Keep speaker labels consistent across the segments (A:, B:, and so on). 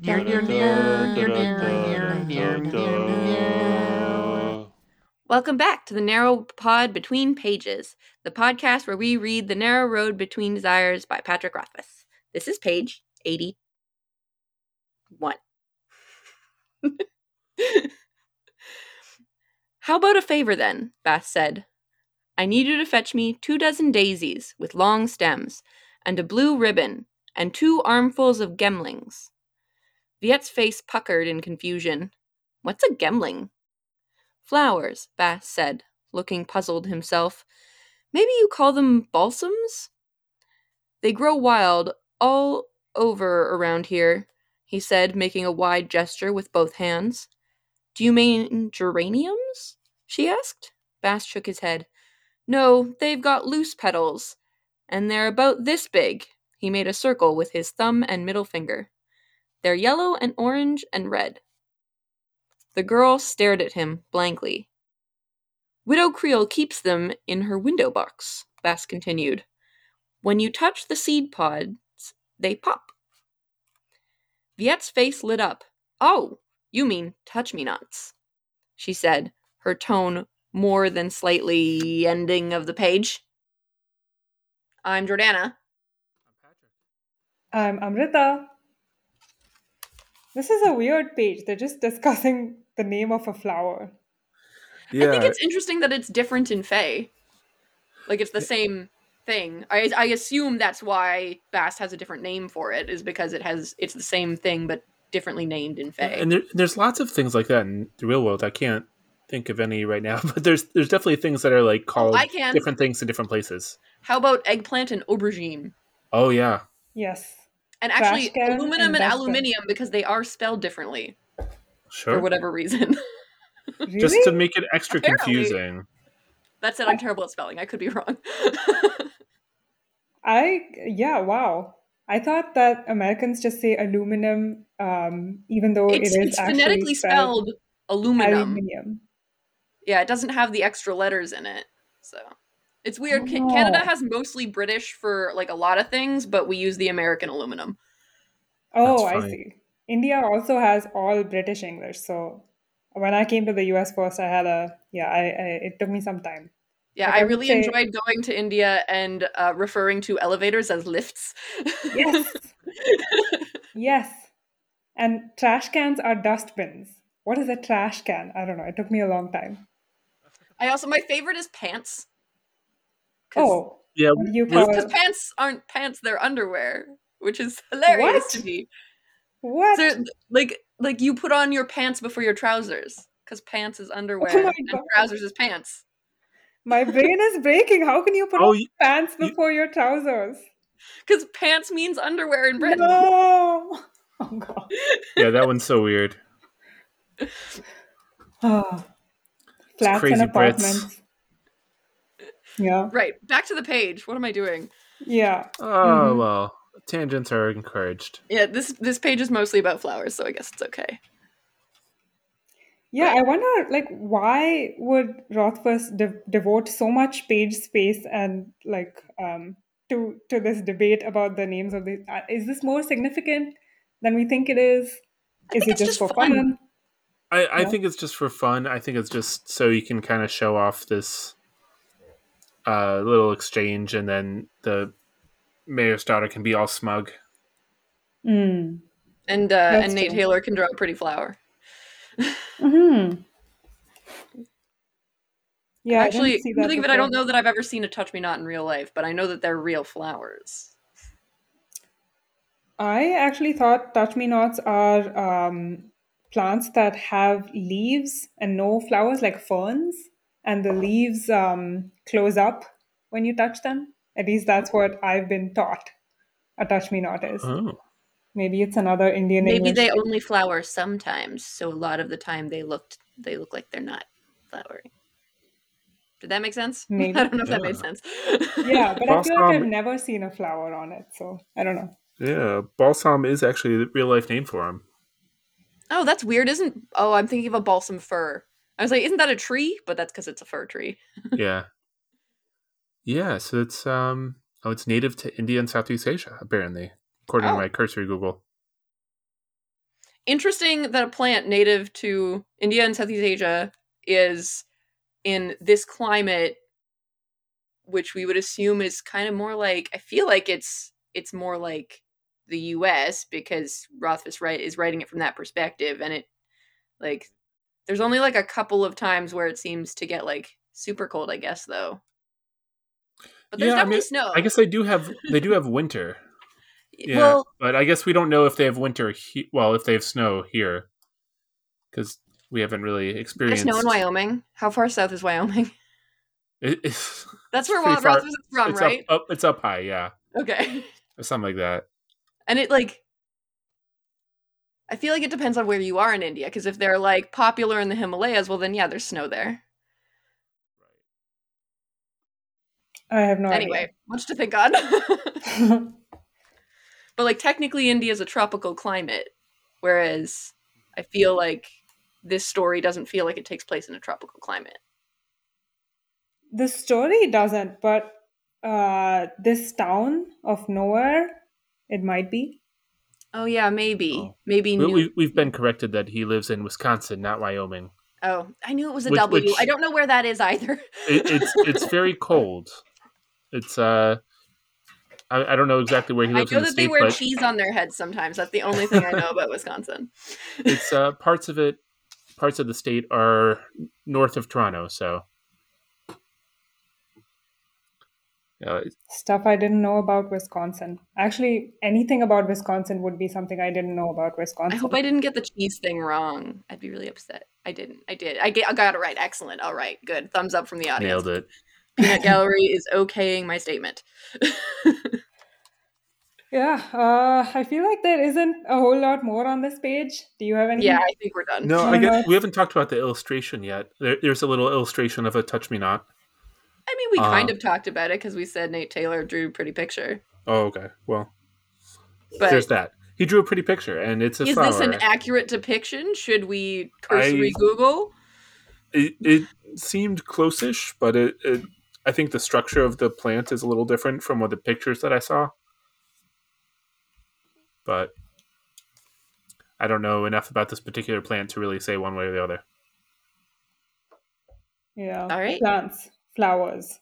A: Near, near, near, near, near, near, near, near.
B: Welcome back to the Narrow Pod Between Pages, the podcast where we read The Narrow Road Between Desires by Patrick Rothfuss. This is page 81. How about a favor then? Bass said. I need you to fetch me two dozen daisies with long stems, and a blue ribbon, and two armfuls of gemlings. Viet's face puckered in confusion. What's a gemling? Flowers, Bass said, looking puzzled himself. Maybe you call them balsams? They grow wild all over around here, he said, making a wide gesture with both hands. Do you mean geraniums? she asked. Bass shook his head. No, they've got loose petals, and they're about this big. He made a circle with his thumb and middle finger. They're yellow and orange and red. The girl stared at him blankly. Widow Creel keeps them in her window box, Bass continued. When you touch the seed pods, they pop. Viette's face lit up. Oh, you mean touch me nots, she said, her tone more than slightly ending of the page. I'm Jordana.
C: I'm Amrita. This is a weird page. They're just discussing the name of a flower.
B: I think it's interesting that it's different in Fae. Like it's the same thing. I I assume that's why Bast has a different name for it, is because it has it's the same thing but differently named in Fae.
A: And there, there's lots of things like that in the real world. I can't think of any right now, but there's there's definitely things that are like called
B: I can.
A: different things in different places.
B: How about eggplant and aubergine?
A: Oh yeah,
C: Yes.
B: And actually
C: Vasca
B: aluminum
C: and
B: and,
C: Vasca.
B: aluminium because they are spelled differently
A: sure.
B: for whatever reason.
C: Really?
A: Just to make it extra
B: Apparently.
A: confusing.
B: that's it, I'm terrible at spelling. I could be wrong.
C: I yeah, wow. I thought that Americans just say aluminum, um, even though
B: it's
C: it is
B: it's
C: actually
B: phonetically
C: spelled,
B: spelled aluminum.
C: aluminium.
B: Yeah, it doesn't have the extra letters in it. So it's weird. Ca-
C: Oh.
B: Canada has mostly British for like a lot of things, but we use the American aluminum.
A: That's
C: Oh, I
A: fine.
C: see. India also has all British English. So when I came to the US first, I had a yeah. I, I it took me some time.
B: Yeah,
C: Like,
B: I
C: I would
B: really
C: say-
B: enjoyed going to India and uh, referring to elevators as lifts.
C: Yes, yes. And trash cans are dustbins. What is a trash can? I don't know. It took me a long time.
B: I also my favorite is pants.
C: Oh,
A: Yeah,
C: what do you
A: Well-
C: call
B: because pants aren't pants; they're underwear, which is hilarious
C: What?
B: to me.
C: what?
B: So, like, like you put on your pants before your trousers because pants is underwear
C: Oh my
B: and
C: God.
B: trousers is pants.
C: My brain is breaking. How can you put
A: Oh,
C: on
A: you-
C: pants
A: you-
C: before your trousers?
B: Because pants means underwear in Britain.
C: No. Oh god.
A: yeah, that one's so weird.
C: Ah. Flats
A: crazy
C: and
A: Brits.
C: apartments. Yeah.
B: Right, back to the page. What am I doing?
C: Yeah.
A: Oh
C: Mhm.
A: well, tangents are encouraged.
B: Yeah, this this page is mostly about flowers, so I guess it's okay.
C: Yeah, I wonder like why would Rothfuss de- devote so much page space and like um to to this debate about the names of the uh, is this more significant than we think it is?
B: I
C: Is
B: think
C: it
B: it's
C: just,
B: just
C: for
B: fun.
C: fun?
A: I, I
C: Yeah.
A: think it's just for fun. I think it's just so you can kind of show off this uh, little exchange, and then the mayor's daughter can be all smug.
C: Mm.
B: And uh,
C: That's
B: and Nate
C: true.
B: Taylor can draw a pretty flower.
C: Mm-hmm. Yeah, I
B: Actually,
C: didn't see that
B: believe it, I
C: before.
B: don't know that I've ever seen a touch me not in real life, but I know that they're real flowers.
C: I actually thought touch me nots are um, plants that have leaves and no flowers, like ferns, and the leaves um, close up when you touch them. At least that's what I've been taught a touch me not is.
A: Oh,
C: Maybe it's another Indian
B: Maybe
C: English.
B: they only flower sometimes, so a lot of the time they looked they look like they're not flowering. Did that make sense?
C: Maybe.
B: I don't know if that made
A: Yeah.
B: sense.
C: yeah, but I feel like I've
A: Balsam-
C: never seen a flower on it, so I don't know.
A: yeah. Balsam is actually the real life name for him.
B: Oh, that's weird, isn't? Oh, I'm thinking of a balsam fir. I was like, isn't that a tree? But that's because it's a fir tree.
A: yeah, yeah. So it's um oh, it's native to India and Southeast Asia apparently, according
B: Oh.
A: to my cursory Google.
B: interesting that a plant native to India and Southeast Asia is in this climate, which we would assume is kind of more like I feel like it's it's more like the U.S. because Rothfuss right is writing it from that perspective, and it like there's only like a couple of times where it seems to get like super cold, I guess though. But there's
A: Yeah, I
B: definitely
A: mean,
B: snow.
A: I guess they do have they do have winter. Yeah,
B: Well,
A: but I guess we don't know if they have winter. He- well, if they have snow here, because we haven't really
B: there's
A: experienced
B: snow in Wyoming. How far south is Wyoming?
A: It- it's,
B: That's where
A: Pretty
B: Roth-
A: far.
B: Rothfuss is from,
A: it's
B: right?
A: up, up. It's up high, yeah,
B: Okay.
A: or something like that.
B: And it like I feel like it depends on where you are in India because if they're like popular in the Himalayas, well then yeah, there's snow there.
C: I have no
B: anyway, much to think on. but
C: idea.
B: like technically India is a tropical climate whereas I feel like this story doesn't feel like it takes place in a tropical climate.
C: the story doesn't, but uh, this town of nowhere, it might be.
B: Oh yeah, maybe.
A: Oh.
B: Maybe
A: We,
B: New-
A: we, we've been corrected that he lives in Wisconsin, not Wyoming.
B: Oh, I knew it was a
A: Which-
B: W. I
A: which-
B: don't know where that is either.
A: It, it's it's very cold. It's uh, I, I don't know exactly where he
B: I
A: lives
B: know
A: in the
B: that
A: state,
B: they wear
A: but
B: cheese on their heads sometimes. That's the only thing I know about Wisconsin.
A: it's uh, parts of it, parts of the state are north of Toronto. So, uh,
C: Stuff I didn't know about Wisconsin. Actually, anything about Wisconsin would be something I didn't know about
B: I
C: Wisconsin.
B: hope I didn't get the cheese thing wrong. I'd be really upset. I didn't. I did. I, get, I got it right. Excellent. All right. Good. Thumbs up from the audience.
A: nailed it.
B: Peanut Gallery is okaying my statement.
C: Yeah, uh, I feel like there isn't a whole lot more on this page. Do you have any?
B: Yeah, I think we're done.
A: No, I
C: No,
A: guess
C: no.
A: we haven't talked about the illustration yet. There, there's a little illustration of a touch me not.
B: I mean, we kind
A: Uh,
B: of talked about it because we said Nate Taylor drew a pretty picture.
A: Oh, okay. Well,
B: But
A: there's that. He drew a pretty picture, and it's a
B: is
A: flower.
B: this an accurate depiction? Should we cursory Google?
A: it, it seemed close-ish, but it, it, I think the structure of the plant is a little different from what the pictures that I saw. But I don't know enough about this particular plant to really say one way or the other.
C: Yeah.
B: All right.
C: Plants, flowers,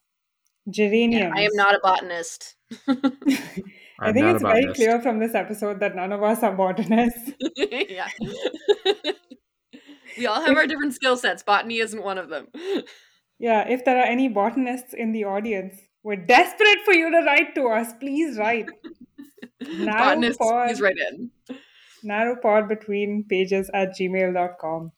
C: geraniums.
B: I am not a botanist.
C: I
A: I'm
C: think
A: not
C: it's
A: a
C: very
A: botanist.
C: clear from this episode that none of us are botanists.
B: yeah. we all have our different skill sets. Botany isn't one of them.
C: Yeah, if there are any botanists in the audience, we're desperate for you to write to us. Please write. Narrow
B: Botanists,
C: pod,
B: please write in.
C: narrow pod between pages at gmail.com.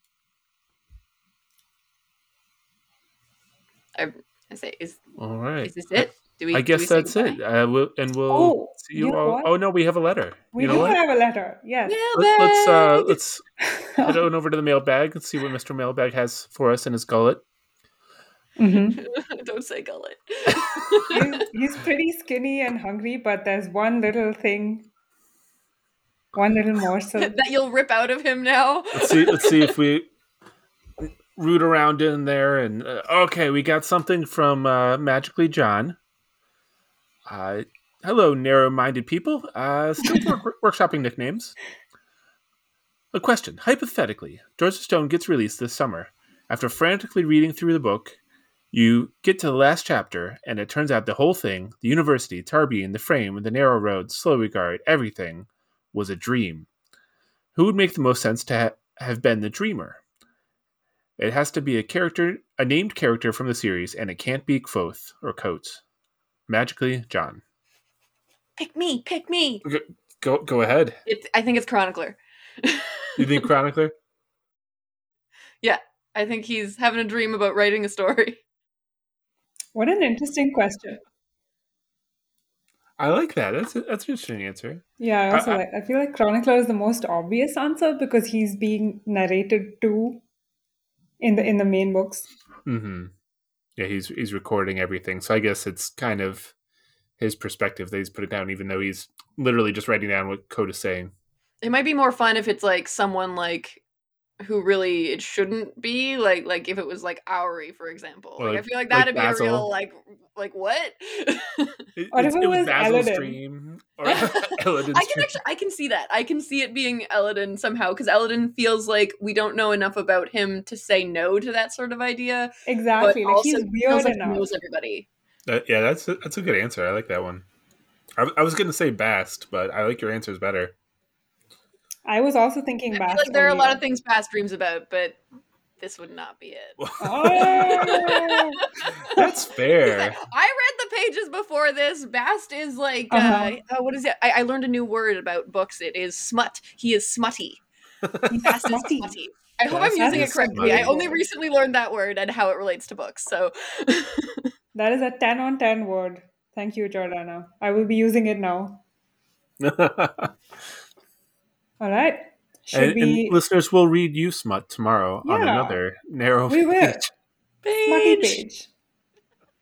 B: I say, is
A: All right.
B: is this it? Do we?
A: I
B: do we
A: guess
B: say
A: that's
B: goodbye?
A: it. Uh, we'll, and we'll
C: Oh,
A: see you,
C: you know
A: all.
C: what?
A: Oh no, we have a letter.
C: We
A: you know
C: do
A: what?
C: have a letter. Yes.
A: Let, let's uh,
B: Mailbag!
A: let's head on over to the mailbag and see what Mr. Mailbag has for us in his gullet. Mm-hmm.
C: Mhm.
B: Don't say gullet.
C: he's, he's pretty skinny and hungry, but there's one little thing, one little morsel.
B: that you'll rip out of him now.
A: Let's see. Let's see if we root around in there. And uh, okay, we got something from uh, Magically John. Uh, hello, narrow-minded people. Uh, still work- workshopping nicknames. A question. Hypothetically, George Stone gets released this summer. After frantically reading through the book, you get to the last chapter, and it turns out the whole thing the university, Tarbian, the frame, the narrow road, slow regard, everything was a dream. Who would make the most sense to ha- have been the dreamer? It has to be a character, a named character from the series, and it can't be Quoth or Coates. Magically, John.
B: Pick me, pick me.
A: Go go ahead.
B: It's, I think it's Chronicler.
A: You think Chronicler?
B: I think he's having a dream about writing a story.
C: What an interesting question.
A: I like that. That's that's an interesting answer.
C: Yeah, I
A: I-
C: also
A: I-
C: like. I feel like Chronicler is the most obvious answer because he's being narrated to in the in the main books.
A: Mm-hmm. Yeah, he's he's recording everything, so I guess it's kind of his perspective that he's put it down, even though he's literally just writing down what Code is saying.
B: It might be more fun if it's like someone like who really it shouldn't be like like if it was like Auri for example like,
A: Like-
B: I feel like
A: like
B: that'd be a real
A: basil.
B: like like what
A: It,
C: Or
A: it's-
C: if it
A: it was
C: was
A: Basil's
C: Eladin.
A: dream or
B: I
A: Eladin's
B: can
A: dream.
B: actually I can see that I can see it being Eladin somehow because Eladin feels like we don't know enough about him to say no to that sort of idea
C: Exactly.
B: but
C: Like
B: also
C: he's
B: he feels
C: weird
B: like he
C: enough.
B: knows everybody
A: Uh, yeah, that's a, that's a good answer. I like that one. I, w- I was going to say Bast, but I like your answers better.
C: I was also thinking
B: I feel
C: back.
B: like there are a lot of things past dreams about but this would not be it
C: Oh,
A: that's fair.
B: I read the pages before this. Bast is like, uh
C: Uh-huh.
B: uh, what is it? I, I learned a new word about books. It is smut. He is smutty.
C: he's
B: Bast
C: smutty.
B: is smutty. I hope
A: Bast
B: I'm using
A: is
B: it correctly. I
A: smutty.
B: only recently learned that word and how it relates to books. So
C: That is a 10 on 10 word. Thank you, Jordana. I will be using it now. All right. Should
A: and,
C: we?
A: and listeners will read you smut tomorrow on
C: Yeah.
A: another narrow
C: we will.
A: page.
C: Smutty page.